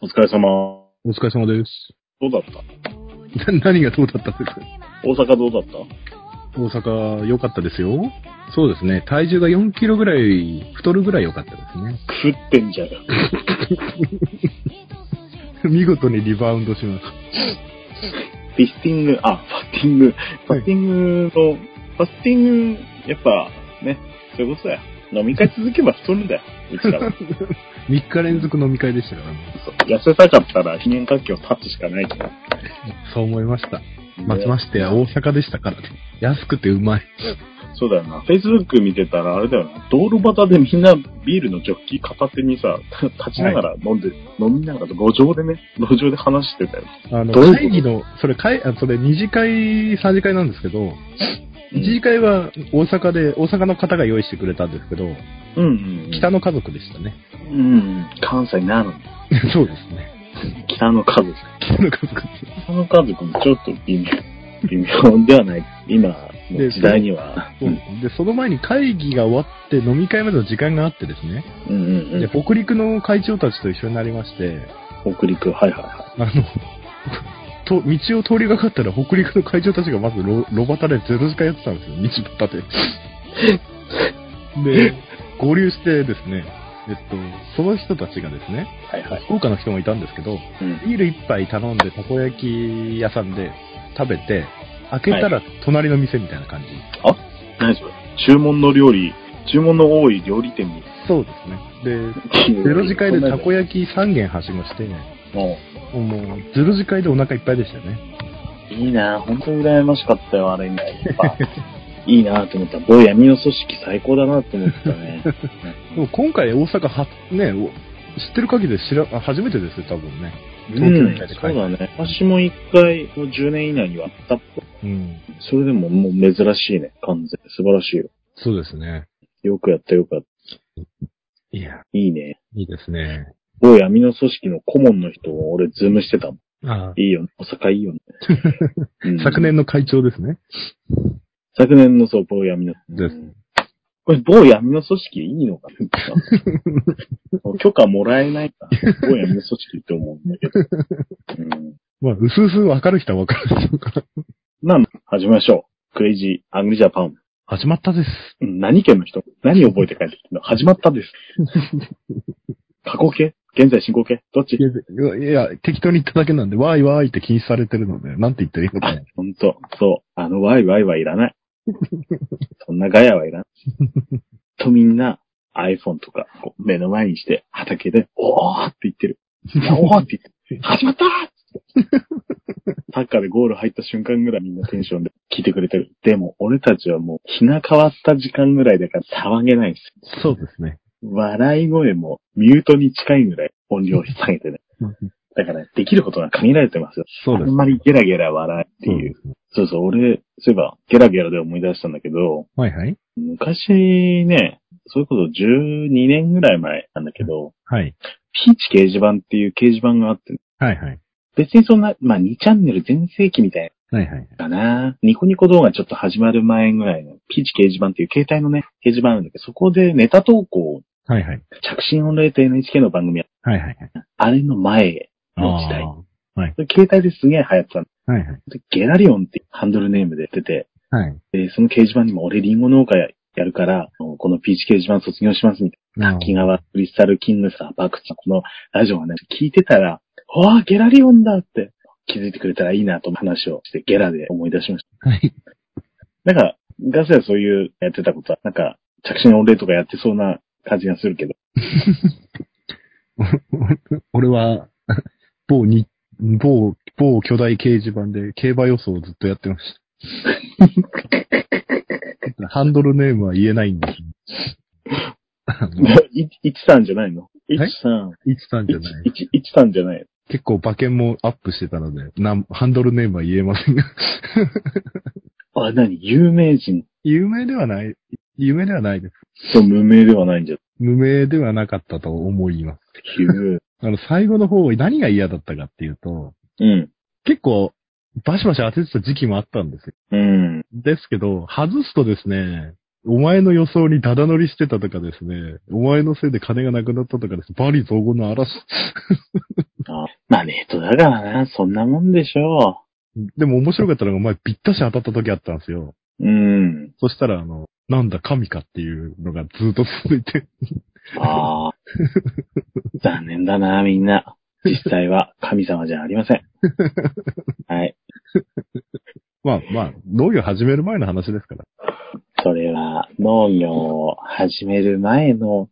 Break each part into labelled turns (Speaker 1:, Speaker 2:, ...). Speaker 1: お疲れ様。
Speaker 2: お疲れ様です。
Speaker 1: どうだった
Speaker 2: な何がどうだったんですか
Speaker 1: 大阪どうだった
Speaker 2: 大阪、良かったですよ。そうですね。体重が4キロぐらい、太るぐらい良かったですね。
Speaker 1: 食ってんじゃん。
Speaker 2: 見事にリバウンドします。
Speaker 1: フィスティング、あ、ファスティング。ファスティングの、ファスティング、やっぱ、ね、そういうことだよ。飲み会続けば太るんだよ。うちら は。
Speaker 2: 3日連続飲み会でしたからね。
Speaker 1: 痩せたかったら、非年活気を立つしかないけど。
Speaker 2: そう思いました。まちまして大阪でしたからね。安くてうまい。
Speaker 1: そうだよな。Facebook 見てたら、あれだよな。道路端でみんなビールのジョッキ片手にさ、 立ちながら飲んで、飲みながら路上でね、路上で話してたよ。
Speaker 2: あの、
Speaker 1: どういうこと
Speaker 2: 会議の、それ会、あそれ2次会、3次会なんですけど、1次会は大阪で、大阪の方が用意してくれたんですけど、
Speaker 1: うんうん。
Speaker 2: 北の家族でしたね。
Speaker 1: うんうん。関西なの。
Speaker 2: そうですね。
Speaker 1: 北の家族。
Speaker 2: 北の家族です。
Speaker 1: 北の家族もちょっと微妙。微妙ではない。今の時代には。
Speaker 2: そうですねで、その前に会議が終わって飲み会までの時間があってですね、
Speaker 1: うんうんう
Speaker 2: で
Speaker 1: ん。
Speaker 2: 北陸の会長たちと一緒になりまして、
Speaker 1: 北陸、はいはいは
Speaker 2: あの、 と道を通りがかったら北陸の会長たちがまずロロバタでゼロ時間やってたんですよ、道端で。で、合流してですね、えっと、その人たちがですね、
Speaker 1: い。はいはい。
Speaker 2: 福岡の人もいたんですけど、
Speaker 1: うん。
Speaker 2: ビール一杯頼んでたこ焼き屋さんで食べて、開けたら隣の店みたいな感じ。
Speaker 1: 何それ注文の料理、注文の多い料理店に。
Speaker 2: そうですね。で、ゼロ次会でたこ焼き3軒はしごして、
Speaker 1: も
Speaker 2: もう、ゼロ次会でお腹いっぱいでしたね。
Speaker 1: う、いいな本当に羨ましかったよ、あれ以外。やっぱ いいなと思った。某闇の組織最高だなと思った ね。
Speaker 2: でも今回大阪は、ね、お知ってる限りで知ら、あ初めてですよ、多分ね。
Speaker 1: う
Speaker 2: 東京み
Speaker 1: ん
Speaker 2: たいで、
Speaker 1: そ
Speaker 2: か
Speaker 1: うだね。私も一回、もう10年以内に割ったっぽい。
Speaker 2: うん。
Speaker 1: それでももう珍しいね。完全。素晴らしいよ。
Speaker 2: そうですね。
Speaker 1: よくやったよくやっ
Speaker 2: いや、
Speaker 1: た。いいね。
Speaker 2: いいですね。
Speaker 1: 某闇の組織の顧問の人を俺ズームしてたもん。
Speaker 2: ああ
Speaker 1: いいよね。大阪いいよ ね。うん
Speaker 2: 昨。年の会長ですね。
Speaker 1: 昨年のそう、某闇の。
Speaker 2: です
Speaker 1: うんこれ、某闇の組織いいのかな 許可もらえないかな。某闇の組織って思うんだけど。うん、
Speaker 2: まあ、うすうすわかる人はわかるでしょうから。
Speaker 1: まあ、始めましょう。クレイジー、アングリジャパン。
Speaker 2: 始まったです。
Speaker 1: うん何県の人何覚えて帰ってきたの始まった です。過去形現在進行形どっち
Speaker 2: いや、いや適当に言っただけなんで、わーいわーいって禁止されてるので、なんて言ってるいいのかな。
Speaker 1: ほんと、そう。あのワイワイはいら ない。そんなガヤはいらない。とみんな iPhone とかこう目の前にして畑で、おーって言ってる。いやおーって言ってる。 始まったーサッカーでゴール入った瞬間ぐらいみんなテンションで聞いてくれてる。でも俺たちはもう日が変わった時間ぐらいだから騒げないんですよ。
Speaker 2: そうですね。
Speaker 1: 笑い声もミュートに近いぐらい音量を下げてね。だからできることが限られてますよ。
Speaker 2: そう
Speaker 1: あ
Speaker 2: で
Speaker 1: ん
Speaker 2: す。
Speaker 1: まりゲラゲラ笑いっていう。そうそう、俺、そういえば、ゲラゲラで思い出したんだけど、
Speaker 2: はいはい。
Speaker 1: 昔ね、そういうこと12年ぐらい前なんだけど、
Speaker 2: はい。
Speaker 1: ピーチ掲示板っていう掲示板があって、
Speaker 2: はいはい。
Speaker 1: 別にそんな、まあ2チャンネル全盛期みたい
Speaker 2: はいはい。
Speaker 1: なのかな。ニコニコ動画ちょっと始まる前ぐらいの、ピーチ掲示板っていう携帯のね、掲示板あるんだけど、そこでネタ投稿、
Speaker 2: はいはい。
Speaker 1: 着信音霊と NHK の番組、
Speaker 2: はいはいはい。
Speaker 1: あれの前の時代
Speaker 2: あ。
Speaker 1: 携帯ですげえ流行ってたの
Speaker 2: ーはいはい。
Speaker 1: でゲラリオンっていうハンドルネームで出てて、
Speaker 2: はい。
Speaker 1: で、その掲示板にも俺リンゴ農家やるから、あのこのピーチ掲示板卒業しますみたい
Speaker 2: なる
Speaker 1: な。
Speaker 2: ほど
Speaker 1: 滝川クリスタルキングさ、バクさん、このラジオがね、聞いてたら、わあ、ゲラリオンだって気づいてくれたらいいなと話をして、ゲラで思い出しまし
Speaker 2: はい。
Speaker 1: た。なんか、ガスやそういうやってたことは、なんか、着信音霊とかやってそうな感じがするけど、
Speaker 2: 俺は、某に、某、某巨大掲示板で競馬予想をずっとやってました。ハンドルネームは言えないんです。 あの、
Speaker 1: いいちさんじゃないのいちさん、
Speaker 2: いちさんじゃない。
Speaker 1: いちいちさんじゃない。
Speaker 2: 結構馬券もアップしてたので、なんハンドルネームは言えませんが。
Speaker 1: あ、なに、有名人
Speaker 2: 有名ではない、有名ではないです。
Speaker 1: と無名ではないんじゃ。
Speaker 2: 無名ではなかったと思います。
Speaker 1: ひ ゅ
Speaker 2: あの、最後の方、何が嫌だったかっていうと、
Speaker 1: ーうん。
Speaker 2: 結構、バシバシ当ててた時期もあったんですよ
Speaker 1: うん。
Speaker 2: ですけど、外すとですね、お前の予想にダダ乗りしてたとかですね、お前のせいで金がなくなったとかです、バリ雑言の嵐。
Speaker 1: あまあネットだからな、そんなもんでしょ
Speaker 2: でも面白かったのが、前ぴったし当たった時あったんですよ。
Speaker 1: う。うん。
Speaker 2: そしたら、あの、なんだ神かっていうのがずっと続いて、
Speaker 1: ああ。残念だな、みんな。実際は神様じゃありません。はい。
Speaker 2: まあまあ、農業始める前の話ですから。
Speaker 1: それは、農業を始める前の、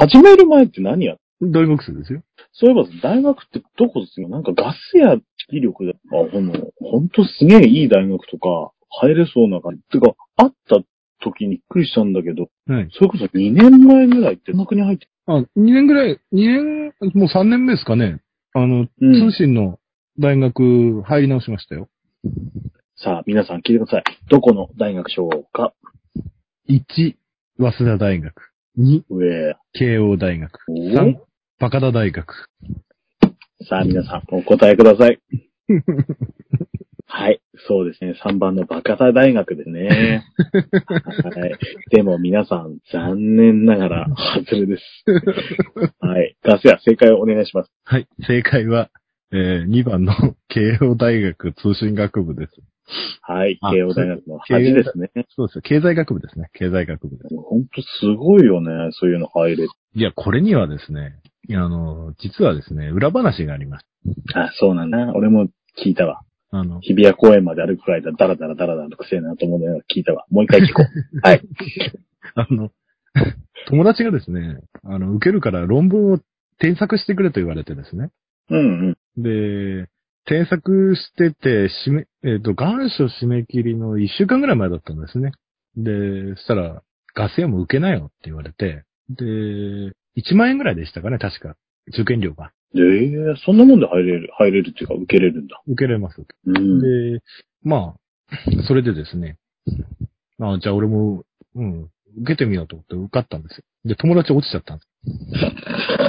Speaker 1: 始める前って何や
Speaker 2: 大学生ですよ。
Speaker 1: そういえば大学ってどこですよなんかガスや気力だ。あ、ほんの、ほんとすげえいい大学とか、入れそうな感じ。てか、会った時にびっくりしたんだけど、
Speaker 2: はい。
Speaker 1: それこそ2年前ぐらいって大学に入って、
Speaker 2: あ、2年ぐらい、2年、もう3年目ですかね。あの、
Speaker 1: うん
Speaker 2: 通信の大学入り直しましたよ。
Speaker 1: さあ、皆さん聞いてください。どこの大学でしょうか
Speaker 2: 1、早稲田大学。2、
Speaker 1: 上。
Speaker 2: 慶応大学。
Speaker 1: お
Speaker 2: 3、バカダ大学。
Speaker 1: さあ、皆さん、お答えくださ い。はい。そうですね。3番のバカタ大学ですね。はい。でも皆さん、残念ながら、外れです。はい。ガス屋、正解をお願いします。
Speaker 2: はい。正解は、えー、2番の 慶応大学通信学部です。
Speaker 1: はい。
Speaker 2: あ
Speaker 1: 慶応大学の恥ですね。
Speaker 2: そうですよ。経済学部ですね。経済学部です。
Speaker 1: ほんとすごいよね。そういうの入れて。
Speaker 2: いや、これにはですね、いやあの、実はですね、裏話がありまし
Speaker 1: あ、そうなんだ。俺も聞いたわ。
Speaker 2: た。あの、
Speaker 1: 日比谷公園まで歩くくらいだ、ダラダラダラダラとくせえなと思うのよ。聞いたわ。もう一回聞こう。 はい。
Speaker 2: あの、友達がですね、あの、受けるから論文を添削してくれと言われてですね。
Speaker 1: うんうん。
Speaker 2: で、添削してて、締め、えっ、と、願書締め切りの1週間ぐらい前だったんですね。で、そしたら、ガス屋も受けなよって言われて、で、1万円ぐらいでしたかね、確か。受験料が。
Speaker 1: ええそんなもんで入れる、入れるっていうか、受けれるんだ。
Speaker 2: 受けれます。
Speaker 1: うん。
Speaker 2: で、まあ、それでですね、あじゃあ俺も、うん、受けてみようと思って受かったんですよ。で、友達落ちちゃったんです。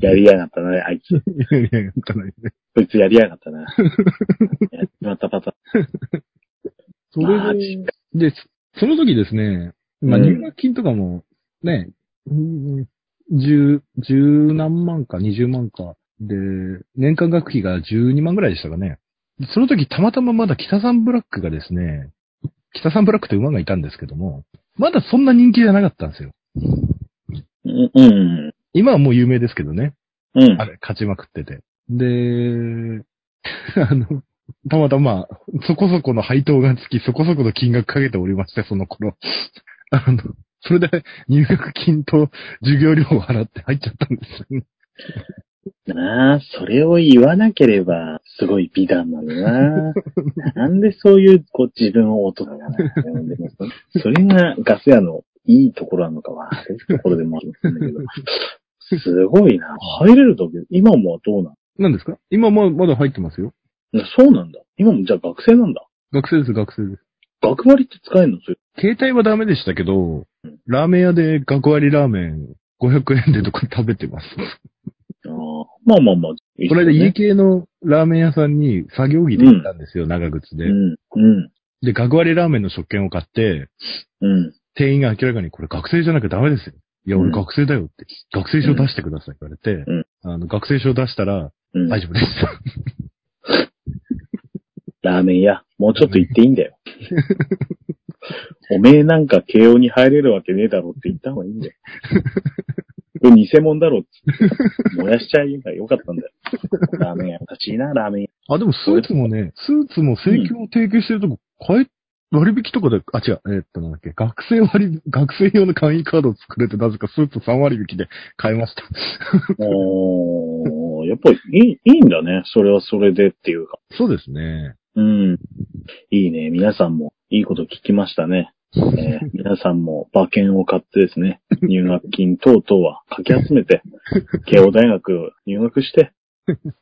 Speaker 1: やりやがったな、あいつ。
Speaker 2: いやいや、やったないね
Speaker 1: こいつやりやが ったな。やっちまったパタ
Speaker 2: そ
Speaker 1: マ
Speaker 2: れ
Speaker 1: ジ
Speaker 2: で、で、その時ですね、まあ、
Speaker 1: うん
Speaker 2: 入学金とかも、ね、うん十、十何万か二十万か、で、年間学費が十二万ぐらいでしたかね。でその時たまたままだ北三ブラックがですね、北三ブラックって馬がいたんですけども、まだそんな人気じゃなかったんですよ。
Speaker 1: ーン。うん、
Speaker 2: 今はもう有名ですけどね。
Speaker 1: うん、うん
Speaker 2: あ。れ、勝ちまくってて。で、 あの、たまたま、そこそこの配当がつき、そこそこの金額かけておりまして、その頃。 あの、それで入学金と授業料を払って入っちゃったんです よね。
Speaker 1: なあ、それを言わなければ、すごい美談なのな。 なんでそういう、こう、自分を大人がなでもそれがガス屋のいいところなのかは、悪いところでもあるんだけど。すごいな。入れるだけ、今もはどうな
Speaker 2: 何ですか今ま、まだ入ってますよ。
Speaker 1: のそうなんだ。今もじゃあ学生なんだ。
Speaker 2: 学生です、学生です。
Speaker 1: 学割って使えるのそれ。
Speaker 2: 携帯はダメでしたけど
Speaker 1: うん、
Speaker 2: ラーメン屋で学割ラーメン500円でとか食べて ます。
Speaker 1: ああまあまあまあ。いいっす
Speaker 2: こ
Speaker 1: よ
Speaker 2: の間
Speaker 1: ね
Speaker 2: 家系のラーメン屋さんに作業着で行ったんですよ、長靴で。
Speaker 1: うん、うん、
Speaker 2: で、学割ラーメンの食券を買って、
Speaker 1: うん。
Speaker 2: 店員が明らかにこれ学生じゃなきゃダメですよ。いや、
Speaker 1: うん
Speaker 2: 俺学生だよって。学生証出してくださいって言われて、
Speaker 1: うん
Speaker 2: あの学生証出したら、
Speaker 1: うん
Speaker 2: 大丈夫でした。
Speaker 1: ラーメン屋、もうちょっと行っていいんだよ。おめえなんか慶応に入れるわけねえだろって言った方がいいんだよ。これ偽物だろっつって。燃やしちゃえばよかったんだよ。ラーメン屋、おかしいな、ラーメン屋。
Speaker 2: あ、でもスーツもね、スーツも請求を提供してるとこ、買え、割引とかで、あ、違う、えーっと、なんだっけ、学生割、学生用の会員カードを作れて、なぜかスーツ3割引きで買いました。
Speaker 1: おーやっぱりいい、いいんだね。それはそれでっていうか。
Speaker 2: そうですね。
Speaker 1: うん。いいね。皆さんもいいこと聞きました ね。えー皆さんも馬券を買ってですね、入学金等々はかき集め て、慶応大学入学して、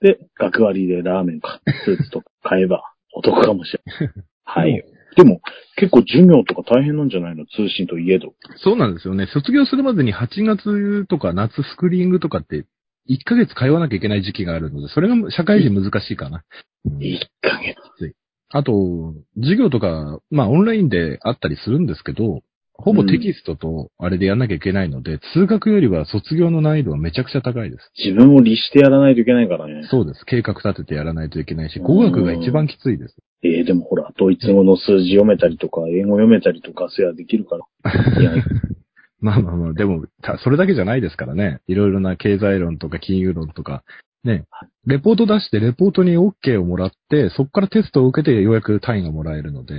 Speaker 1: で、学割でラーメンか、スーツとか買えばお得かもしれな い。はい。でも、結構授業とか大変なんじゃないの通信といえど。
Speaker 2: そうなんですよね。卒業するまでに8月とか夏スクリーニングとかって、1ヶ月通わなきゃいけない時期があるので、それが社会人難しいかな。
Speaker 1: 1ヶ月。
Speaker 2: あと、授業とか、まあオンラインであったりするんですけど、ほぼテキストとあれでやんなきゃいけないので、通学よりは卒業の難易度はめちゃくちゃ高いです。
Speaker 1: 自分を律してやらないといけないからね。
Speaker 2: そうです。計画立ててやらないといけないし、語学が一番きついです。
Speaker 1: ええでもほら、ドイツ語の数字読めたりとか、英語読めたりとか、そやできるから。いや、
Speaker 2: まあまあまあ、でも、たそれだけじゃないですからね。いろいろな経済論とか金融論とか、ね。レポート出して、レポートに OK をもらって、そこからテストを受けてようやく単位がもらえるので、
Speaker 1: う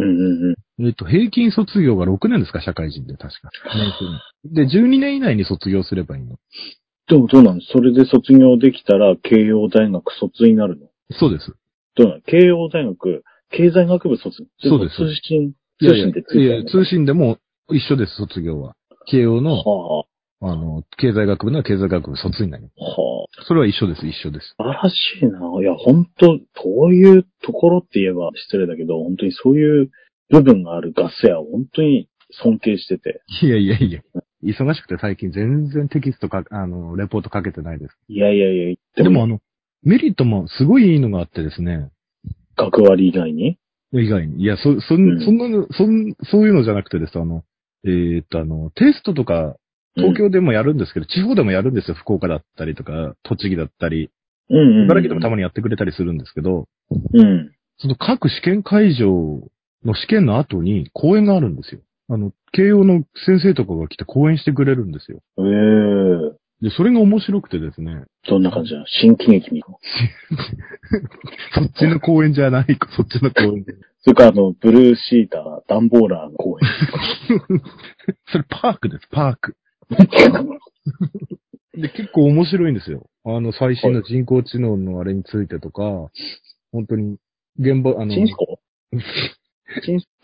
Speaker 1: んうんうん。
Speaker 2: えっと、平均卒業が6年ですか、社会人で確か。年数で、12年以内に卒業すればいいの。
Speaker 1: でもどうなのそれで卒業できたら、慶応大学卒になるの
Speaker 2: そうです。
Speaker 1: どうなの慶応大学、経済学部卒。
Speaker 2: そうです
Speaker 1: 通信、
Speaker 2: いや
Speaker 1: 通
Speaker 2: いや
Speaker 1: 信でついて
Speaker 2: い
Speaker 1: る
Speaker 2: や、通信でも一緒です、卒業は。慶応の、
Speaker 1: は
Speaker 2: あの、経済学部の経済学部卒になります。
Speaker 1: あ、は
Speaker 2: それは一緒です、一緒です。
Speaker 1: あ。素晴らしいな。いや、本当そういうところって言えば失礼だけど、本当にそういう部分があるガス屋を本当に尊敬してて。
Speaker 2: いやいやいや。忙しくて最近全然テキストか、あの、レポートかけてないです。
Speaker 1: いやいやいや、
Speaker 2: でもあの、メリットもすごいいいのがあってですね。
Speaker 1: 学割以外に
Speaker 2: 以外に。いや、そ、そ
Speaker 1: うん
Speaker 2: ん、そんなの、そん、そういうのじゃなくてです、あの、えーっと、あの、テストとか、東京でもやるんですけど、地方でもやるんですよ。福岡だったりとか、栃木だったり、
Speaker 1: うんうんうん。
Speaker 2: 茨城でもたまにやってくれたりするんですけど、
Speaker 1: うん。
Speaker 2: その各試験会場の試験の後に講演があるんですよ。あの、慶応の先生とかが来て講演してくれるんですよ。
Speaker 1: ええ
Speaker 2: で、それが面白くてですね、
Speaker 1: どんな感じなの新喜劇に。
Speaker 2: そっちの講演じゃない、そっちの講演。
Speaker 1: それからあの、ブルーシーター、ダンボーラーの公演。
Speaker 2: それパークです、パーク。 で、結構面白いんですよ。あの、最新の人工知能のあれについてとか、本当に、現場、あの、
Speaker 1: チンスコ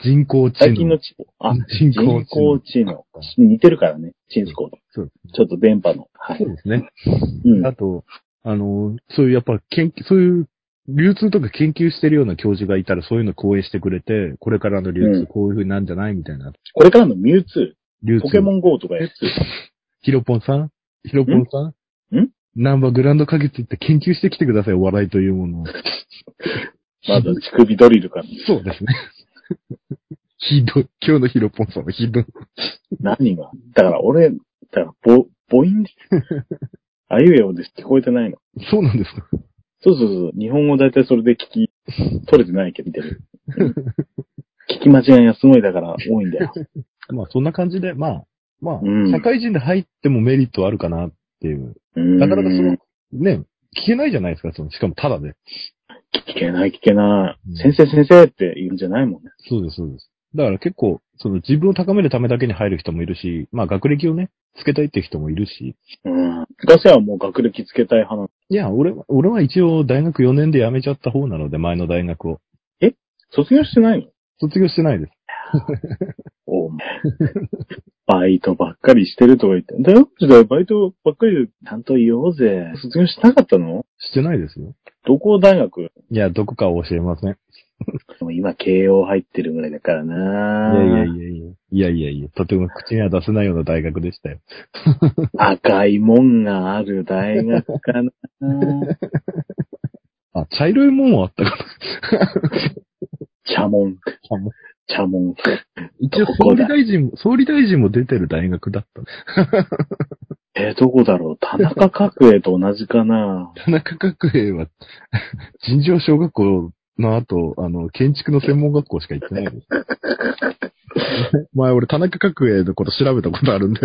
Speaker 2: 人工知
Speaker 1: 最近の
Speaker 2: 能。
Speaker 1: チンコあ、
Speaker 2: 人
Speaker 1: 人工知能。
Speaker 2: 知
Speaker 1: 似てるからね、チンスコと。
Speaker 2: そう
Speaker 1: ちょっと電波の。はい
Speaker 2: そ。うですね。
Speaker 1: うん。
Speaker 2: あと、あの、そういうやっぱ研究、そういう流通とか研究してるような教授がいたらそういうの講演してくれて、これからの流
Speaker 1: うん
Speaker 2: 通こういう風になんじゃないみたいな。
Speaker 1: これからのミュウツ
Speaker 2: 流
Speaker 1: ー、
Speaker 2: 通。
Speaker 1: ポケモ
Speaker 2: ン。
Speaker 1: ン GO とかやつ。
Speaker 2: ヒロポンさんヒロポンさん
Speaker 1: ん
Speaker 2: ナンバーグランド花月行って研究してきてください、お笑いというものを。
Speaker 1: まだ乳首ドリルから。
Speaker 2: そうですね。 ひどい。今日のヒロポンさんはひどい。
Speaker 1: 何がだから俺、だから、ぼ、母音あいうえおです。聞こえてないの。
Speaker 2: そうなんですか。
Speaker 1: そうそうそう。日本語大体それで聞き、取れてないけど、見て る。聞き間違いがすごいだから多いんだよ。
Speaker 2: まあそんな感じで、まあ、まあ、
Speaker 1: うん
Speaker 2: 社会人で入ってもメリットはあるかなっていう。
Speaker 1: な
Speaker 2: なかなかその、ね、聞けないじゃないですか、その、しかもタダで。
Speaker 1: 聞けない聞けな
Speaker 2: うん
Speaker 1: い。先生先生って言うんじゃないもんね。
Speaker 2: そうです、そうです。だから結構、その自分を高めるためだけに入る人もいるし、まあ学歴をね、つけたいって人もいるし、
Speaker 1: うん。ガセはもう学歴つけたい派なの。
Speaker 2: いや、俺は、俺は一応大学4年で辞めちゃった方なので、前の大学を。
Speaker 1: 卒業してないの
Speaker 2: 卒業してないです。
Speaker 1: お前。 バイトばっかりしてるとか言って。大学時代バイトばっかりでちゃんと言おうぜ。卒業しなかったの
Speaker 2: してないですよ。
Speaker 1: どこ大学
Speaker 2: いや、どこかは教えません。い
Speaker 1: でも今、慶応入ってるぐらいだから
Speaker 2: や
Speaker 1: ない
Speaker 2: やいやいや。いやいやいや、とても口には出せないような大学でしたよ。
Speaker 1: 赤いもんがある大学か な
Speaker 2: あ、茶色いもんはあったか
Speaker 1: 茶門。
Speaker 2: 茶門。
Speaker 1: 茶門。
Speaker 2: ら。一応総理大臣も、総理大臣も出てる大学だった。
Speaker 1: えー、どこだろう田中角栄と同じかな
Speaker 2: 田中角栄は、 尋常小学校の後、あの、建築の専門学校しか行ってない です。前、俺、田中角栄のこと調べたことあるんで。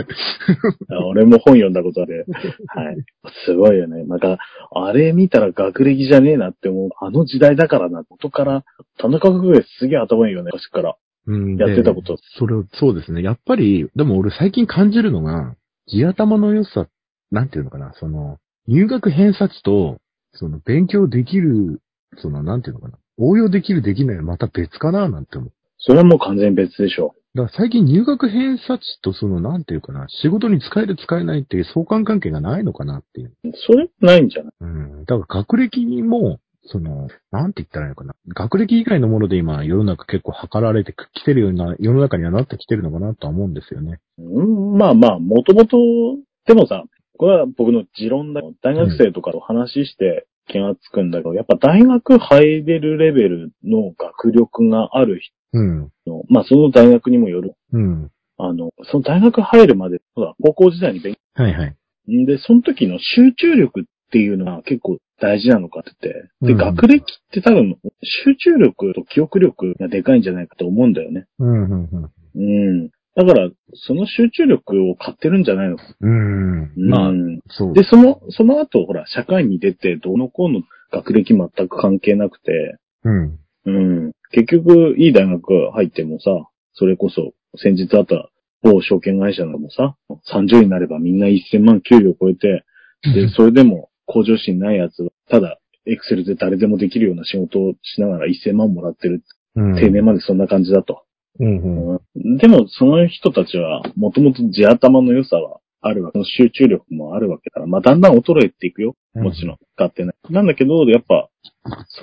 Speaker 1: あ 俺も本読んだことある。はい。すごいよね。なんか、あれ見たら学歴じゃねえなって思う。あの時代だからな。元から、田中角栄すげえ頭いいよね。昔から。
Speaker 2: うん
Speaker 1: やってたこと。
Speaker 2: それを、そうですね。やっぱり、でも俺最近感じるのが、地頭の良さ、なんていうのかな、その、入学偏差値と、その、勉強できる、その、なんていうのかな、応用できる、できないはまた別かな、なんて思う。
Speaker 1: それはもう完全に別でしょ。
Speaker 2: だから最近入学偏差値とその、なんていうかな、仕事に使える使えないっていう相関関係がないのかなっていう。
Speaker 1: それないんじゃない
Speaker 2: うん。だから学歴にも、その、なんて言ったらいいのかな。学歴以外のもので今、世の中結構測られてきてるような、世の中にはなってきてるのかなとは思うんですよね。
Speaker 1: うん、まあまあ、もともと、でもさ、これは僕の持論だけど。大学生とかと話して気がつくんだけど、やっぱ大学入れるレベルの学力がある
Speaker 2: うん。
Speaker 1: 人の、まあその大学にもよる
Speaker 2: うん。
Speaker 1: あの、その大学入るまで、ほら高校時代に勉
Speaker 2: はいはい。
Speaker 1: 強。んで、その時の集中力っていうのは結構大事なのかって言って。で、
Speaker 2: うん
Speaker 1: 学歴って多分、集中力と記憶力がでかいんじゃないかと思うんだよね。
Speaker 2: うん、うん、
Speaker 1: うん。だから、その集中力を買ってるんじゃないのか。
Speaker 2: うん。うん。まあ
Speaker 1: う、ん
Speaker 2: そう。
Speaker 1: で、その、その後、ほら、社会に出て、どうのこうの学歴全く関係なくて、
Speaker 2: うん。
Speaker 1: うん。結局、いい大学入ってもさ、それこそ、先日あった某証券会社のもさ、30になればみんな1000万給料超えて、で、それでも向上心ないやつは、ただ、エクセルで誰でもできるような仕事をしながら1000万もらってる。
Speaker 2: うん。
Speaker 1: 定年までそんな感じだと。
Speaker 2: うん、うん。
Speaker 1: うんでも、その人たちは、もともと地頭の良さはあるわけ。その集中力もあるわけだから、まあ、だんだん衰えていくよ。もちろん。勝手ない。なんだけど、やっぱ、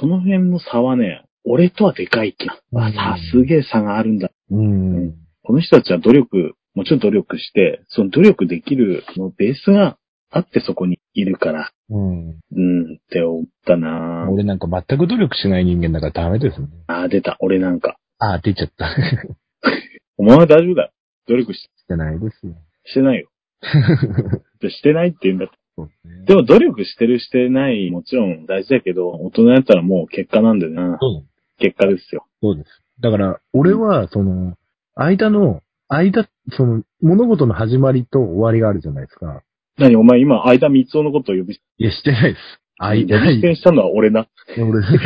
Speaker 1: その辺の差はね、俺とはでかい気が。
Speaker 2: うん
Speaker 1: あ、さ、すげえ差があるんだ。
Speaker 2: うん。うん。
Speaker 1: この人たちは努力、もちろん努力して、その努力できるそのベースがあってそこにいるから、
Speaker 2: うん。
Speaker 1: うん、って思ったなぁ
Speaker 2: 俺なんか全く努力しない人間だからダメですね。
Speaker 1: あー、出た。俺なんか。
Speaker 2: あー、出ちゃった。じ
Speaker 1: お前は大丈夫だよ。努力し
Speaker 2: ゃないですよ。
Speaker 1: してないよ。でしてないって言うんだったら
Speaker 2: そうね
Speaker 1: でも努力してるしてない、もちろん大事だけど、大人やったらもう結果なんだよな。
Speaker 2: そう
Speaker 1: 結果ですよ。
Speaker 2: そうです。だから、俺は、その、間の、間、その、物事の始まりと終わりがあるじゃないですか。
Speaker 1: 何お前今、間三つのことを呼び、
Speaker 2: いや、してないです。間、
Speaker 1: 呼び捨てにしたのは俺な。
Speaker 2: 俺、
Speaker 1: 普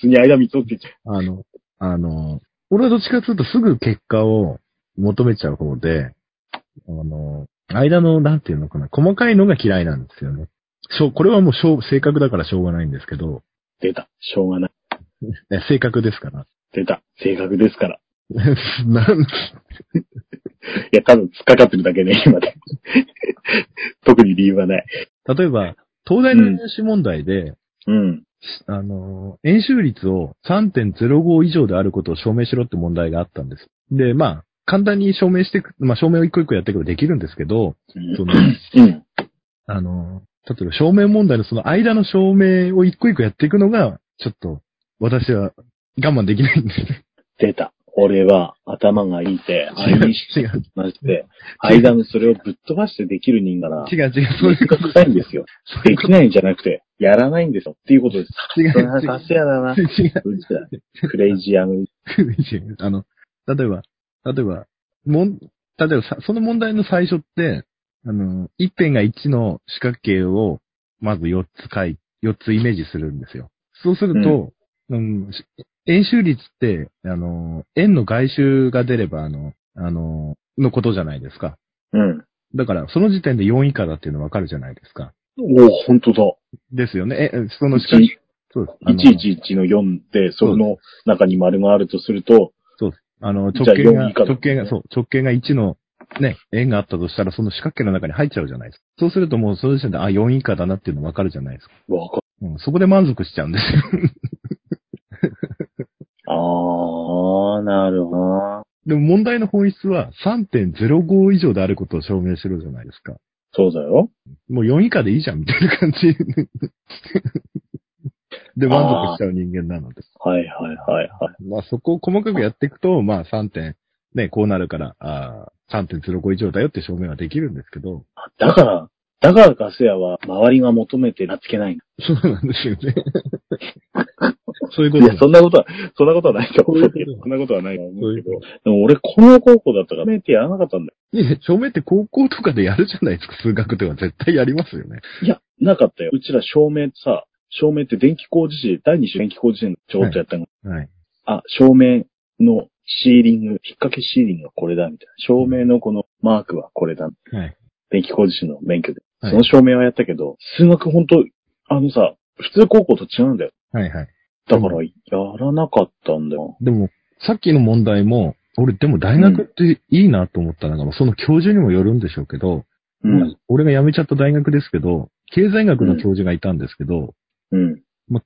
Speaker 1: 通に間三つって言っちゃ
Speaker 2: あの、あの、俺はどっちかというとすぐ結果を求めちゃう方で、あの、間の、なんていうのかな、細かいのが嫌いなんですよね。しょう、これはもうしょう、性格だからしょうがないんですけど、
Speaker 1: う。出た。しょうがない。
Speaker 2: いや性格ですから。
Speaker 1: 出た。性格ですから。
Speaker 2: なん
Speaker 1: いや、多分突っかかってるだけね、今 で。特に理由はない。
Speaker 2: 例えば、東大の入試問題で、
Speaker 1: うん。
Speaker 2: あの、演習率を3.05以上であることを証明しろって問題があったんです。で、まあ、簡単に証明していく、まあ、証明を一個一個やっていけばできるんですけど、
Speaker 1: うん
Speaker 2: その、
Speaker 1: うん。
Speaker 2: あの、例えば証明問題のその間の証明を一個一個やっていくのが、ちょっと、私は我慢できないんです。
Speaker 1: 出た。俺は頭がいいて、愛にし
Speaker 2: 違う、
Speaker 1: まして、間のそれをぶっ飛ばしてできる人間なら、
Speaker 2: 違う、違う、そう
Speaker 1: め
Speaker 2: い
Speaker 1: っち
Speaker 2: う
Speaker 1: ゃ
Speaker 2: こと。
Speaker 1: 臭いんですよ。
Speaker 2: そうい
Speaker 1: で
Speaker 2: うこ
Speaker 1: きないんじゃなくて、やらないんですよ。っていうことです。
Speaker 2: と。違う、
Speaker 1: そ
Speaker 2: 違
Speaker 1: れはさすがだな。
Speaker 2: う、違う。
Speaker 1: うちだ。クレイジーアム。
Speaker 2: 違う あの、例えば、例えば、もん、例えばさ、その問題の最初って、あの、一辺が1の四角形を、まず4つ書い、4つイメージするんですよ。そうすると、うん、し円周率って、あの、円の外周が出れば、あの、あの、のことじゃないですか。
Speaker 1: うん。
Speaker 2: だから、その時点で4以下だっていうのわかるじゃないですか。
Speaker 1: おお、ほんとだ。
Speaker 2: ですよね。え、えその四角
Speaker 1: 1
Speaker 2: 形、そうです。あの
Speaker 1: 111の4で、その中に丸があるとすると、
Speaker 2: あの、
Speaker 1: じゃ
Speaker 2: 直
Speaker 1: あ
Speaker 2: 径が、
Speaker 1: 4以下だ
Speaker 2: 直径が、そう、直径が1の、ね、円があったとしたら、その四角形の中に入っちゃうじゃないですか。そうするともう、その時点で、あ、4以下だなっていうの分かるじゃないですか。
Speaker 1: わか
Speaker 2: うん、そこで満足しちゃうんですよ。
Speaker 1: あー、なるほどな。
Speaker 2: でも問題の本質は、3.05以上であることを証明しろじゃないですか。
Speaker 1: そうだよ。
Speaker 2: もう4以下でいいじゃん、みたいな感じ。 で、満足しちゃう人間なので。
Speaker 1: はいはいはいはい。
Speaker 2: まあ、そこを細かくやっていくと、まあ、3点、ね、こうなるから、あー3.05以上だよって証明はできるんですけど、
Speaker 1: だから、だからガス屋は周りが求めてなつけないの
Speaker 2: そうなんです よね。そういうこ
Speaker 1: い
Speaker 2: と
Speaker 1: や、そんなことは、そんなことはないと思うけど、
Speaker 2: そ
Speaker 1: そんなことはないと思うけど
Speaker 2: そ、
Speaker 1: でも俺、この高校だったから、メってやらなかったんだよ。
Speaker 2: いや、証明って高校とかでやるじゃないですか、数学では絶対やりますよね。
Speaker 1: いや、なかったよ。うちら照明さ、照明って電気工事士、第二種電気工事士のちょこっとやったの
Speaker 2: はい。
Speaker 1: あ、照明のシーリング、引っ掛けシーリングはこれだ、みたいな。照明のこのマークはこれだ。
Speaker 2: はい。
Speaker 1: 電気工事士の免許で。
Speaker 2: はい
Speaker 1: その照明はやったけど、数学ほんと、あのさ、普通高校と違うんだよ。
Speaker 2: はいはい。
Speaker 1: だから
Speaker 2: う、
Speaker 1: やらなかったんだよ。
Speaker 2: でも、さっきの問題も、俺、でも大学っていいなと思ったのが、その教授にもよるんでしょうけど、
Speaker 1: うん。
Speaker 2: 俺が辞めちゃった大学ですけど、経済学の教授がいたんですけど、
Speaker 1: うん。
Speaker 2: ま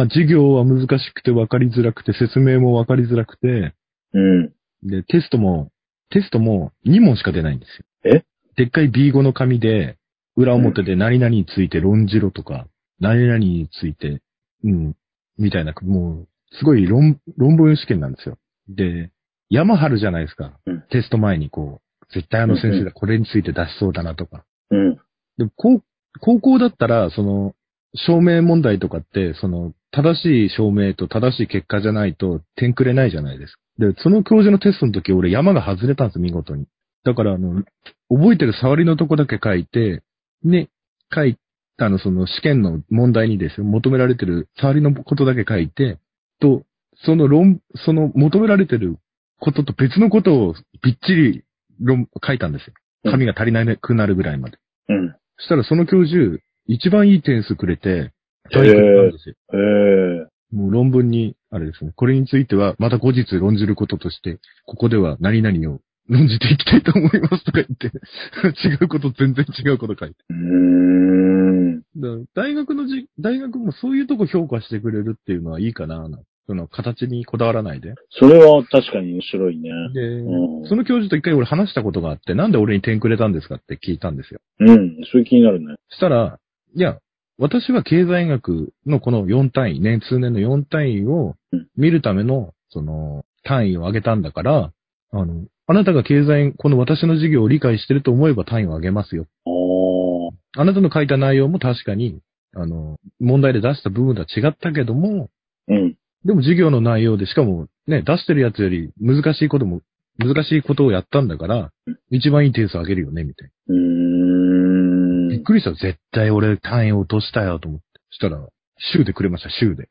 Speaker 2: あ、授業は難しくて分かりづらくて、説明も分かりづらくて、
Speaker 1: うん。
Speaker 2: で、テストも、テストも2問しか出ないんですよ。
Speaker 1: え
Speaker 2: でっかい B5 の紙で、裏表で何々について論じろとか、何々について、うん、みたいな、もう、すごい論、論文試験なんですよ。で、山春じゃないですか。
Speaker 1: うん
Speaker 2: テスト前にこう、絶対あの先生
Speaker 1: うんう
Speaker 2: がこれについて出しそうだなとか。
Speaker 1: うん。
Speaker 2: でも、高高校だったら、その、証明問題とかって、その、正しい証明と正しい結果じゃないと、点くれないじゃないですか。で、その教授のテストの時、俺山が外れたんです、見事に。だから、あの、覚えてる触りのとこだけ書いて、ね、書いたの、その試験の問題にですよ、求められてる触りのことだけ書いて、と、その論、その求められてることと別のことをびっちり論、書いたんですよ。紙が足りなくなるぐらいまで。
Speaker 1: うん。
Speaker 2: そしたらその教授、一番いい点数くれて、
Speaker 1: へー
Speaker 2: 大学行ったんですよ。
Speaker 1: ええ
Speaker 2: もう論文に、あれですね、これについてはまた後日論じることとして、ここでは何々を論じていきたいと思いますとか言って、 違うこと、全然違うこと書いて。
Speaker 1: うーん。
Speaker 2: だから大学のじ、大学もそういうとこ評価してくれるっていうのはいいかな、なんその形にこだわらないで。
Speaker 1: それは確かに面白いね。
Speaker 2: で、
Speaker 1: うん
Speaker 2: その教授と一回俺話したことがあって、なんで俺に点くれたんですかって聞いたんですよ。
Speaker 1: うん。それ気になるね。
Speaker 2: したら、いや、私は経済学のこの4単位、年通年の4単位を
Speaker 1: うん
Speaker 2: 見るための、その、単位を上げたんだから、あの、あなたが経済、この私の授業を理解してると思えば単位を上げますよ。
Speaker 1: ああ。
Speaker 2: あなたの書いた内容も確かに、あの、問題で出した部分とは違ったけども、
Speaker 1: うん。
Speaker 2: でも授業の内容で、しかもね、出してるやつより難しいことも、難しいことをやったんだから、一番いい点数上げるよね、みたいな。
Speaker 1: うー
Speaker 2: びっ
Speaker 1: ん。
Speaker 2: くりした。絶対俺単位落としたよと思って。したら、週でくれました、週で。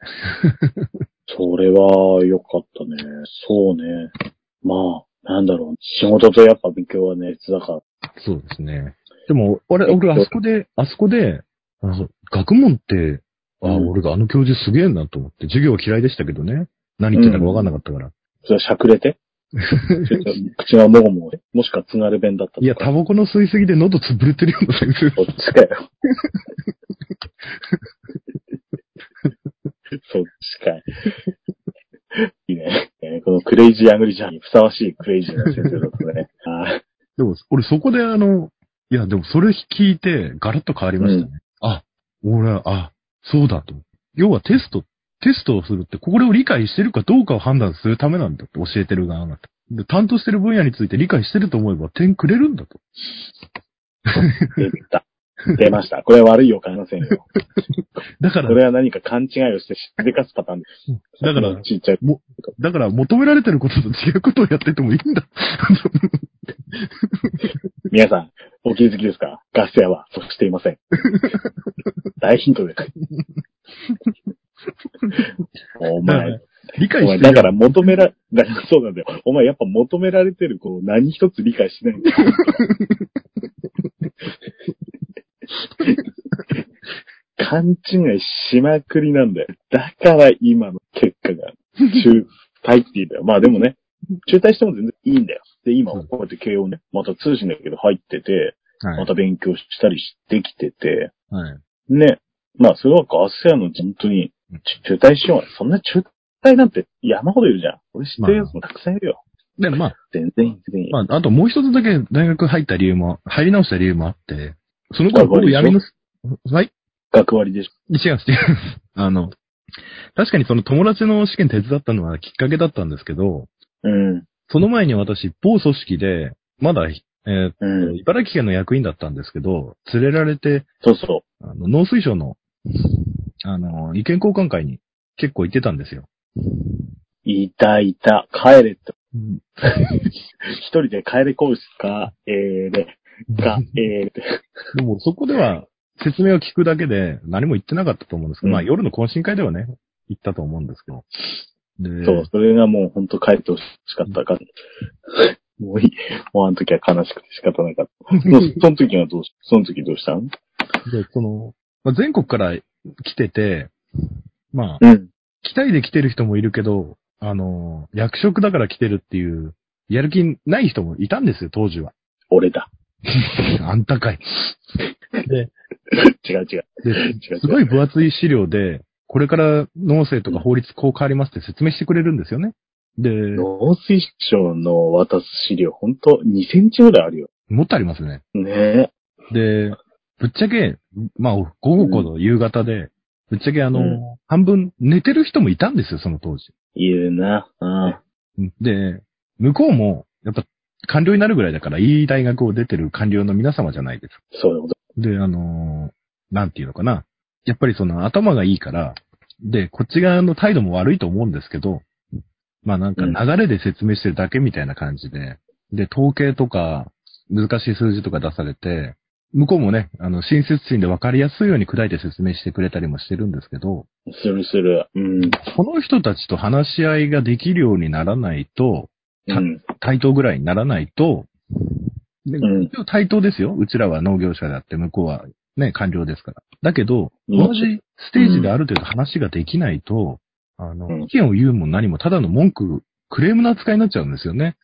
Speaker 1: それは良かったね。そうね。まあ、なんだろう。仕事とやっぱ勉強はね、別だから。
Speaker 2: そうですね。でも、俺、俺、あそこで、あそこで、あの学問って、あ、
Speaker 1: うん
Speaker 2: 俺があの教授すげえなと思って、授業は嫌いでしたけどね。何言ってたか分かんなかったから。
Speaker 1: それはしゃくれて口がもごもごで。もしくは津軽弁だったとか。
Speaker 2: いや、タバコの吸いすぎで喉潰れてるような先生。
Speaker 1: そっちか よ。そっちかい。いいね。えーこのクレイジーアングリジャーにふさわしいクレイジーな先生だったね。あ
Speaker 2: でも、俺そこであの、いや、でもそれ聞いて、ガラッと変わりましたね。あ、俺、あ、そうだと思って。要はテスト、テストをするって、これを理解してるかどうかを判断するためなんだって、教えてる側が。で担当してる分野について理解してると思えば点くれるんだと。
Speaker 1: ー出た。出ました。これは悪い予感がせんよ。
Speaker 2: だか
Speaker 1: これ
Speaker 2: ら、
Speaker 1: は何か勘違いをしてしでかすパターンです。
Speaker 2: だから
Speaker 1: ちっちゃい。
Speaker 2: だから求められてることと違うことをやっててもいいんだ。
Speaker 1: 皆さん、お気づきですかガス屋は、そうしていま せん。大ヒントです。お前、
Speaker 2: 理解
Speaker 1: お
Speaker 2: し
Speaker 1: 前、
Speaker 2: てる。
Speaker 1: だから、求めら、だからそう なんだよ。お前やっぱ求められてる子を何一つ理解しないんだよ。勘違いしまくりなんだよ。だから今の結果が中退ってい うんだよ。まあでもね、中退しても全然いいんだよ。で、今はこうやって慶応ね、また通信だけど入ってて、
Speaker 2: は
Speaker 1: ま
Speaker 2: い。
Speaker 1: た勉強したりしてきてて、
Speaker 2: はい。
Speaker 1: ね。まあ、それはアセアの本当に中退しよう。そんな中退なんて山ほどいるじゃん。俺知ってるやつもたくさんいるよ。
Speaker 2: で、まあ、
Speaker 1: 全然いい、全然いい。
Speaker 2: まあ、あともう一つだけ大学入った理由も、入り直した理由もあって、その頃僕闇の、はい
Speaker 1: 学割でし
Speaker 2: 違う違う。 あの、確かにその友達の試験手伝ったのはきっかけだったんですけど、
Speaker 1: ょ。うん。
Speaker 2: その前に私、某組織で、まだ、えー
Speaker 1: うん。
Speaker 2: 茨城県の役員だったんですけど、連れられて、
Speaker 1: そうそ
Speaker 2: あの農水省の、あの、意見交換会に結構行ってたんですよ。
Speaker 1: う。いたいた。帰れって。
Speaker 2: うん、
Speaker 1: 一人で帰れコースか、えーで、 か、えーで。
Speaker 2: でもそこでは説明を聞くだけで何も言ってなかったと思うんですけ
Speaker 1: う
Speaker 2: ど、
Speaker 1: ん
Speaker 2: まあ夜の懇親会ではね、行ったと思うんですけど。で
Speaker 1: そう、それがもう本当帰ってほしかったから。 もういい。もうあの時は悲しくて仕方なかった。もうその時はどうし、その時どうしたん
Speaker 2: で、その、まあ、全国から来てて、まあ、
Speaker 1: うん。
Speaker 2: 期待で来てる人もいるけど、あの、役職だから来てるっていう、やる気ない人もいたんですよ、当時は。
Speaker 1: 俺だ。
Speaker 2: あんたかい。
Speaker 1: 違う違う。違う違
Speaker 2: で
Speaker 1: う
Speaker 2: すごい分厚い資料で、これから農政とか法律こう変わりますって説明してくれるんですよね。で、
Speaker 1: 農水省の渡す資料、本当2センチぐらいあるよ。
Speaker 2: もっとありますね。
Speaker 1: ねえ。
Speaker 2: で、ぶっちゃけ、まあ、午後の夕方で、ぶっちゃけあの、
Speaker 1: うん
Speaker 2: 半分寝てる人もいたんですよ、その当時。
Speaker 1: 言うな。うん。
Speaker 2: で、向こうも、やっぱ、官僚になるぐらいだから、いい大学を出てる官僚の皆様じゃないですか。
Speaker 1: そういうこと。
Speaker 2: で、あのーなんていうのかな。やっぱりその頭がいいから、で、こっち側の態度も悪いと思うんですけど、まあなんか
Speaker 1: うん
Speaker 2: 流れで説明してるだけみたいな感じで、で、統計とか、難しい数字とか出されて、向こうもね、あの、親切心で分かりやすいように砕いて説明してくれたりもしてるんですけど、
Speaker 1: するする。うん。
Speaker 2: この人たちと話し合いができるようにならないと、
Speaker 1: うん。
Speaker 2: 対等ぐらいにならないと、で
Speaker 1: うん。
Speaker 2: 一応対等ですよ。うちらは農業者であって、向こうはね、官僚ですから。だけど、
Speaker 1: うん
Speaker 2: 同じステージである程度話ができないと、あ
Speaker 1: う
Speaker 2: の、
Speaker 1: ん
Speaker 2: 意見を言うも何もただの文句、クレームの扱いになっちゃうんですよね。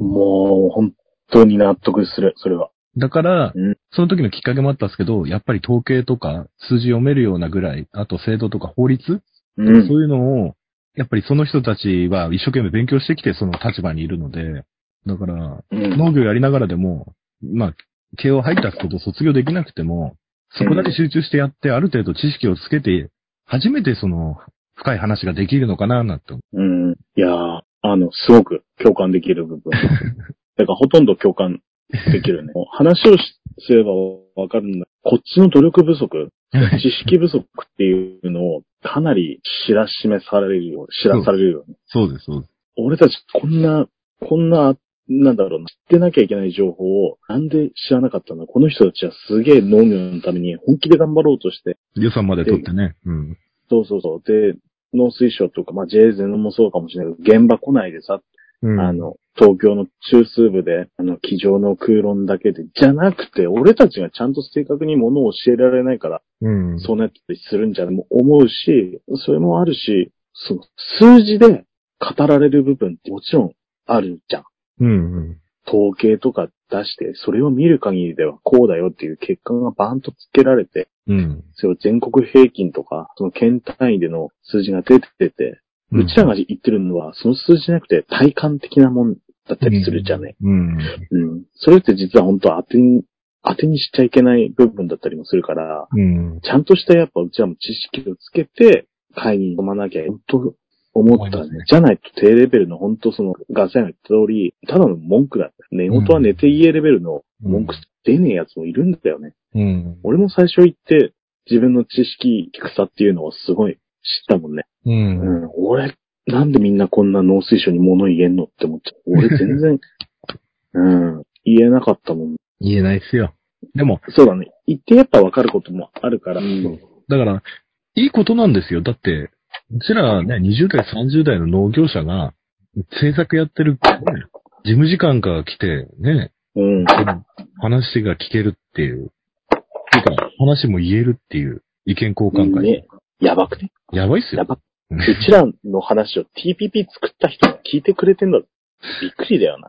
Speaker 1: もう、本当に納得する、それは。
Speaker 2: だから
Speaker 1: うん、
Speaker 2: その時のきっかけもあったんですけど、やっぱり統計とか数字読めるようなぐらい、あと制度とか法律、
Speaker 1: う
Speaker 2: そ
Speaker 1: ん。
Speaker 2: ういうのを、やっぱりその人たちは一生懸命勉強してきてその立場にいるので、だから、
Speaker 1: うん。
Speaker 2: 農業やりながらでも、まあ、慶応入ったけど卒業できなくても、そこだけ集中してやって、ある程度知識をつけて、初めてその、深い話ができるのかな、なんて思
Speaker 1: うん。いやー、あの、すごく共感できる部分。だから、ほとんど共感できるね。もう話をしすればわかるんだ。こっちの努力不足、
Speaker 2: う。
Speaker 1: 知識不足っていうのを、かなり知らしめされるよ、知らされるよね。
Speaker 2: そうです、そうです。
Speaker 1: 俺たちこんな、こんな、なんだろうな、知ってなきゃいけない情報を、なんで知らなかったんだこの人たちはすげえ農業のために本気で頑張ろうとして、
Speaker 2: 予算まで取ってね。うん。
Speaker 1: そうそうそう。で、農水省とか、まあ JA ゼノもそうかもしれないけど、現場来ないでさ、
Speaker 2: うん、
Speaker 1: あの、東京の中枢部で、あの、机上の空論だけで、じゃなくて、俺たちがちゃんと正確にものを教えられないから、
Speaker 2: うん。
Speaker 1: そうなったりするんじゃないも思うし、それもあるし、その、数字で語られる部分ってもちろんあるじゃん。
Speaker 2: うん、うん。
Speaker 1: 統計とか出して、それを見る限りではこうだよっていう結果がバーンとつけられて、
Speaker 2: うん。
Speaker 1: それを全国平均とか、その県単位での数字が出てて、うちらが言ってるのは、その数字じゃなくて体感的なもんだったりするじゃね。
Speaker 2: うん。
Speaker 1: うん。それって実は本当は当てに、当てにしちゃいけない部分だったりもするから、
Speaker 2: うん。
Speaker 1: ちゃんとしたやっぱうちらも知識をつけて、会議に飲まなきゃ、本当思った
Speaker 2: 思います
Speaker 1: ね
Speaker 2: ね。
Speaker 1: じゃないと低レベルの本当その、ガセが言った通り、ただの文句だった。寝言は寝て家レベルの文句出ねえやつもいるんだよね。
Speaker 2: うん。
Speaker 1: 俺も最初行って、自分の知識低さっていうのをすごい知ったもんね。
Speaker 2: う。
Speaker 1: うんん、俺、なんでみんなこんな農水省に物言えんのって思っ ちゃう。俺全然、うん、言えなかったもん。
Speaker 2: 言えないっすよ。でも、
Speaker 1: そうだね。言ってやっぱわかることもあるから。
Speaker 2: だから、いいことなんですよ。だって、うちらね、20代、30代の農業者が、制作やってる、事務次官から来て、ね、
Speaker 1: うん。
Speaker 2: 話が聞けるっていう、ていうか、話も言えるっていう意見交換会。
Speaker 1: ね。やばくね。
Speaker 2: やばいっす
Speaker 1: や
Speaker 2: よ。
Speaker 1: ばく。
Speaker 2: う
Speaker 1: うんちらの話を TPP 作った人が聞いてくれてんだぞ。びっくりだよな。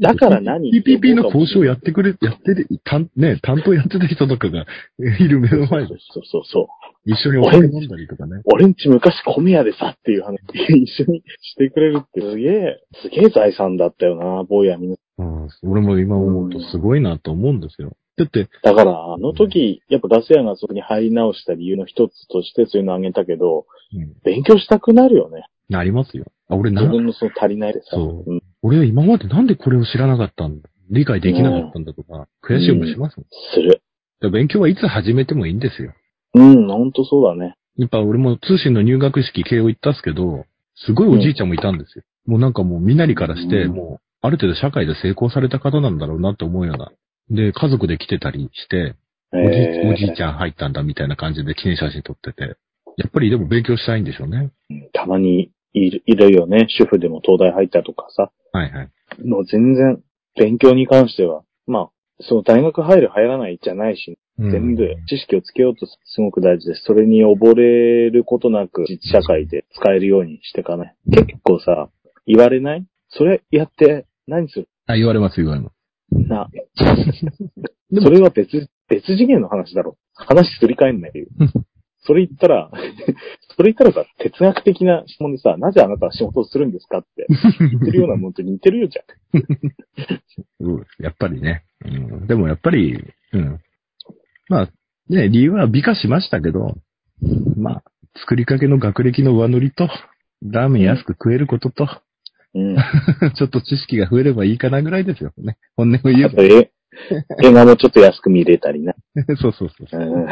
Speaker 1: だから何
Speaker 2: ?PPP の交渉やってくれ、やってる、たんね、担当やってた人とかが いる目の前で、
Speaker 1: そうそうそう。
Speaker 2: 一緒にお酒飲んだりとかね。
Speaker 1: 俺んち昔米屋でさっていう話、一緒にしてくれるってすげえ、すげえ財産だったよな、坊やみんな。
Speaker 2: うん、俺も今思うとすごいなと思うんですよ。だって、
Speaker 1: だから、あの時、やっぱガス屋がそこに入り直した理由の一つとしてそういうのあげたけど、
Speaker 2: うん
Speaker 1: 勉強したくなるよね。
Speaker 2: なりますよ。あ、俺な
Speaker 1: 自、分のその足りないでさ。
Speaker 2: そうん俺は今までなんでこれを知らなかったんだ理解できなかったんだとか、悔しい思いしますもん。
Speaker 1: する。
Speaker 2: だから勉強はいつ始めてもいいんですよ。
Speaker 1: うん、ほんとそうだね。
Speaker 2: やっぱ俺も通信の入学式慶応行ったっすけど、すごいおじいちゃんもいたんですよ。もうなんかもうみなりからして、
Speaker 1: うん
Speaker 2: もうある程度社会で成功された方なんだろうなって思うような。で、家族で来てたりして、おじい
Speaker 1: えー
Speaker 2: おじいちゃん入ったんだみたいな感じで記念写真撮ってて。やっぱりでも勉強したいんでしょうね。
Speaker 1: うんたまにいるいるよね。主婦でも東大入ったとかさ。
Speaker 2: はいはい。
Speaker 1: もう全然、勉強に関しては、まあ、その大学入る入らないじゃないし、
Speaker 2: うん
Speaker 1: 全部知識をつけようとすごく大事です。それに溺れることなく、社会で使えるようにしてかない。結構さ、言われないそれやって何する
Speaker 2: あ、言われます言われます。
Speaker 1: な。
Speaker 2: でも
Speaker 1: それは別、別次元の話だろ。話すり替えんないよ。それ言ったら、 それ言ったらさ、哲学的な質問でさ、なぜあなたは仕事をするんですかって言ってるようなもんと似てるよじゃん。
Speaker 2: うんやっぱりね。うん、でもやっぱり、うん。まあ、ね、理由は美化しましたけど、まあ、作りかけの学歴の上塗りと、ラーメン安く食えることと、
Speaker 1: うん。
Speaker 2: ちょっと知識が増えればいいかなぐらいですよね。本音を言 え
Speaker 1: あ
Speaker 2: ば
Speaker 1: と、。え、映画もちょっと安く見れたりな。
Speaker 2: そうそうそう
Speaker 1: う。
Speaker 2: そうん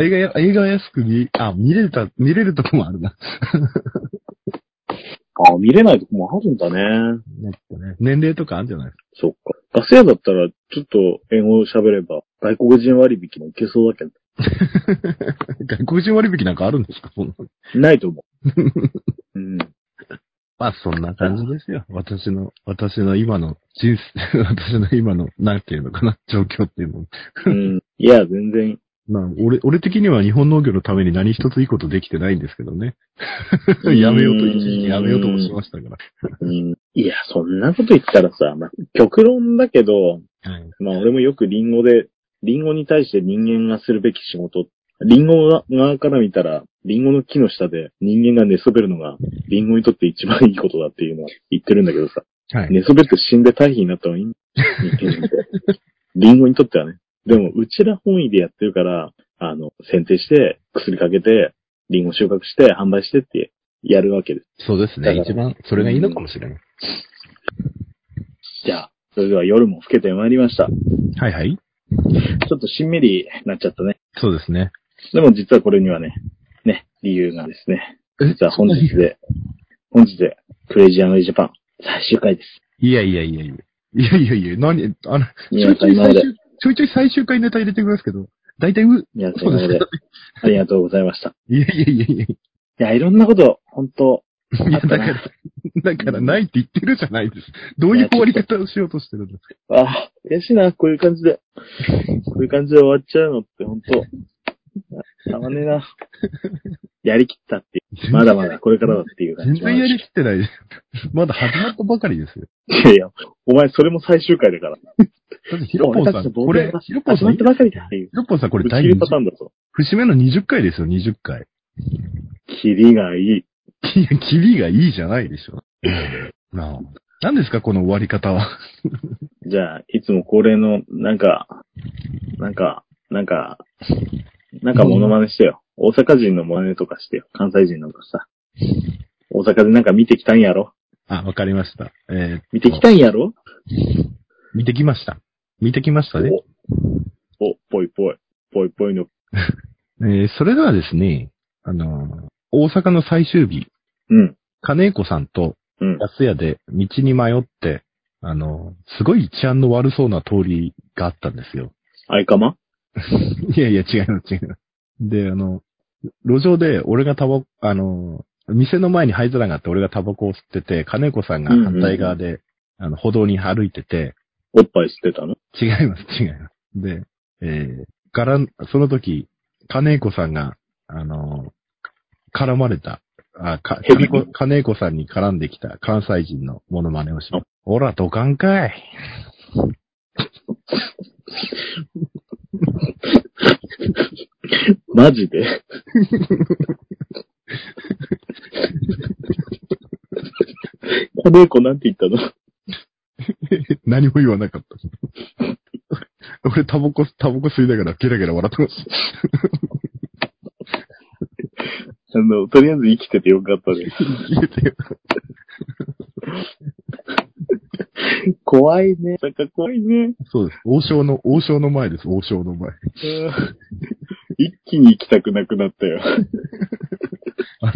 Speaker 2: 映画や、映画は安く見、あ、見れた、見れるとこもあるな。
Speaker 1: あ、見れないとこもあるんだね。
Speaker 2: なんかね年齢とかあるんじゃないですか。
Speaker 1: そっか。ガス屋だったら、ちょっと英語を喋れば、外国人割引もいけそうだけど、
Speaker 2: 外国人割引なんかあるんですかそんな
Speaker 1: ないと思う。うん。
Speaker 2: まあそんな感じですよ。私の、私の今の人生、 私の今の、なんていうのかな、状況っていうの。
Speaker 1: うん。いや、全然、
Speaker 2: まあ、俺、俺的には日本農業のために何一ついいことできてないんですけどね。やめようと、一時期やめようともしましたか
Speaker 1: うん。いや、そんなこと言ったらさ、まあ、極論だけど、
Speaker 2: ら。はい。
Speaker 1: まあ、俺もよくリンゴで、リンゴに対して人間がするべき仕事、リンゴが側から見たら、リンゴの木の下で人間が寝そべるのが、リンゴにとって一番いいことだっていうのを言ってるんだけどさ、
Speaker 2: はい。
Speaker 1: 寝そべって死んで退避になったのに、人間なんてリンゴにとってはね。でも、うちら本位でやってるから、あの、剪定して、薬かけて、リンゴ収穫して、販売してってやるわけです。
Speaker 2: そうです
Speaker 1: だか
Speaker 2: ね。
Speaker 1: ら
Speaker 2: 一番、それがいいのかもしれない。
Speaker 1: じゃあ、それでは夜も更けてまいりました。ち
Speaker 2: はいはい。
Speaker 1: ょっとしんみりなっちゃったね。
Speaker 2: そうですね。
Speaker 1: でも実はこれにはね、ね、理由がですね。
Speaker 2: え
Speaker 1: 実は本日で、本日で、クレイジーアンウェイジャパン最終回です。
Speaker 2: いやいやいやいや。いやいやいや、何、あの、ちょ
Speaker 1: 皆
Speaker 2: いち
Speaker 1: さ
Speaker 2: ょ
Speaker 1: ん
Speaker 2: い
Speaker 1: 今ま
Speaker 2: 最
Speaker 1: で、
Speaker 2: 終、ちょいちょい最終回ネタ入れてくださいけど、大体う、
Speaker 1: 皆さん
Speaker 2: そう
Speaker 1: 今ますで
Speaker 2: でね、。
Speaker 1: ありがとうございました。
Speaker 2: いやいやいやいや。
Speaker 1: いや、いろんなこと、本当
Speaker 2: いや、だか
Speaker 1: あ
Speaker 2: ら、 だからないって言ってるじゃないです。どういう終わり方をしようとしてるんです
Speaker 1: あ
Speaker 2: か。
Speaker 1: あ、悔しいな、こういう感じで。こういう感じで終わっちゃうのって、ほんと。あたまねえな。やりきったっていう。まだまだ、これからだっていう感
Speaker 2: 全
Speaker 1: じもあ
Speaker 2: 然や
Speaker 1: る
Speaker 2: り
Speaker 1: し。
Speaker 2: きってない。まだ始まったばかりですよ。
Speaker 1: いやいや、お前それも最終回だから。
Speaker 2: だってヒロポンさ
Speaker 1: 俺たちの冒
Speaker 2: ん、こ
Speaker 1: 険
Speaker 2: れ
Speaker 1: が、
Speaker 2: ヒロポン
Speaker 1: 始
Speaker 2: さん、
Speaker 1: まっ
Speaker 2: ヒ
Speaker 1: てばかりだっていう。
Speaker 2: ロポンさんこれ
Speaker 1: 打ち
Speaker 2: 第
Speaker 1: 切
Speaker 2: 2
Speaker 1: りパターンだぞ。
Speaker 2: 節目の20回ですよ、20回。
Speaker 1: キリがいい。
Speaker 2: いや、キリがいいじゃないでしょ。なあ。何ですか、この終わり方は。
Speaker 1: じゃあ、いつも恒例の、なんか、なんか、なんか、なんかモノマネしてよ。大阪人のモノマネとかしてよ。関西人のとかさ。大阪でなんか見てきたんやろ
Speaker 2: あ、わかりました。えーっと
Speaker 1: 見てきたんやろ
Speaker 2: 見てきました。見てきましたね。
Speaker 1: お、お、ぽいぽい。ぽいぽいの。
Speaker 2: えーそれではですね、あのー大阪の最終日、
Speaker 1: うん。
Speaker 2: 金子さんと
Speaker 1: うん。
Speaker 2: ガス屋で道に迷って、あのーすごい治安の悪そうな通りがあったんですよ。
Speaker 1: 相かま
Speaker 2: いやいや、違います、違います。で、あの、路上で俺がタバコ、あの、店の前に灰皿があって俺がタバコを吸ってて、金子さんが反対側で、あの、歩道に歩いてて、
Speaker 1: おっぱいしてたの
Speaker 2: 違います、違います。で、えー、からん、その時、金子さんが、あの、絡まれた、あ、か、
Speaker 1: ヘビ
Speaker 2: 金子、金子さんに絡んできた関西人のモノマネをします。おら、ドカンかい。
Speaker 1: マジで金子なんて言ったの
Speaker 2: 何も言わなかった。 俺、タバコ、タバコ吸いながらゲラゲラ笑ってました。
Speaker 1: あの、とりあえず生きててよかったです。怖いね。なんか怖いね。
Speaker 2: そうです。王将の、王将の前です、王将の前。
Speaker 1: 一気に行きたくなくなったよ。
Speaker 2: あの、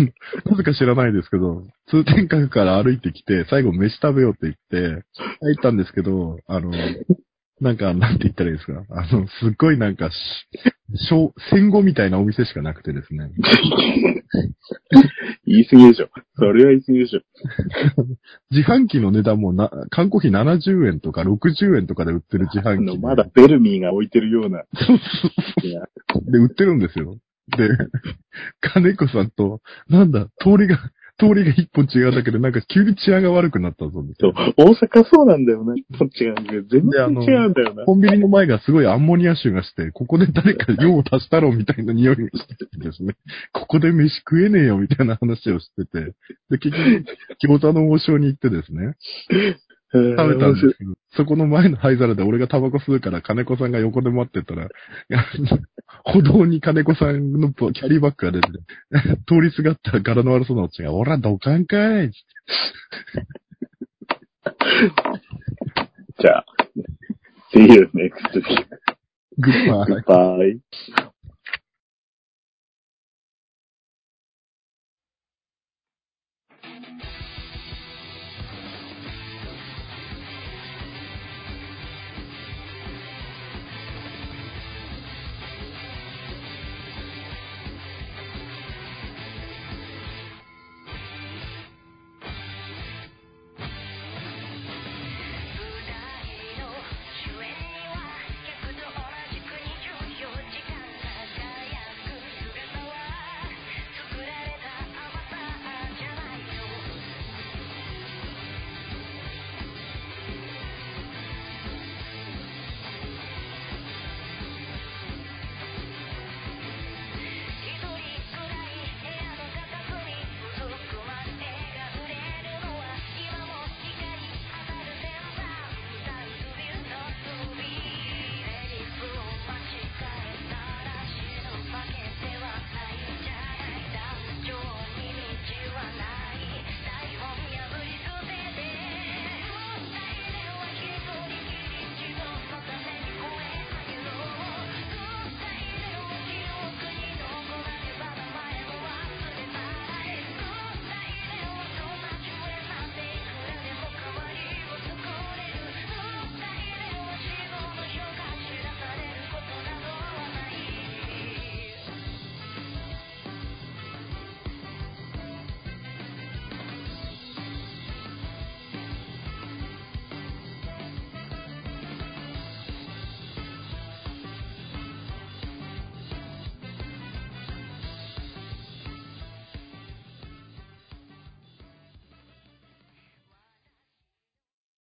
Speaker 2: なぜか知らないですけど、通天閣から歩いてきて、最後飯食べようって言って、入ったんですけど、あの、なんか、なんて言ったらいいですか。あの、すっごいなんかし、昭戦後みたいなお店しかなくてですね。
Speaker 1: 言い過ぎでしょ。それは言い過ぎでしょ。
Speaker 2: 自販機の値段もな、缶コーヒー70円とか60円とかで売ってる自
Speaker 1: あ
Speaker 2: 販機
Speaker 1: の、
Speaker 2: で。
Speaker 1: まだベルミーが置いてるような。いや
Speaker 2: で、売ってるんですよ。で、金子さんと、なんだ、通りが、通りが一本違うだけで、なんか急に治安が悪くなったぞ、みた
Speaker 1: そ
Speaker 2: いうな。
Speaker 1: 大阪そうなんだよな。こっちが。全然違うんだよな。
Speaker 2: コンビニの前がすごいアンモニア臭がして、ここで誰か用を足したろうみたいな匂いがしててですね、ここで飯食えねえよみたいな話をしてて、で、結局、餃子の王将に行ってですね、
Speaker 1: 食
Speaker 2: 食べたんですけど、そこの前の灰皿で俺がタバコ吸うから金子さんが横で待ってたら、 歩道に金子さんのキャリーバッグが出てて、通りすがった柄の悪そうなおっちゃんが、おら、どかんかいっつって
Speaker 1: じゃあ、See you next week.
Speaker 2: グッバイ。
Speaker 1: Goodbye.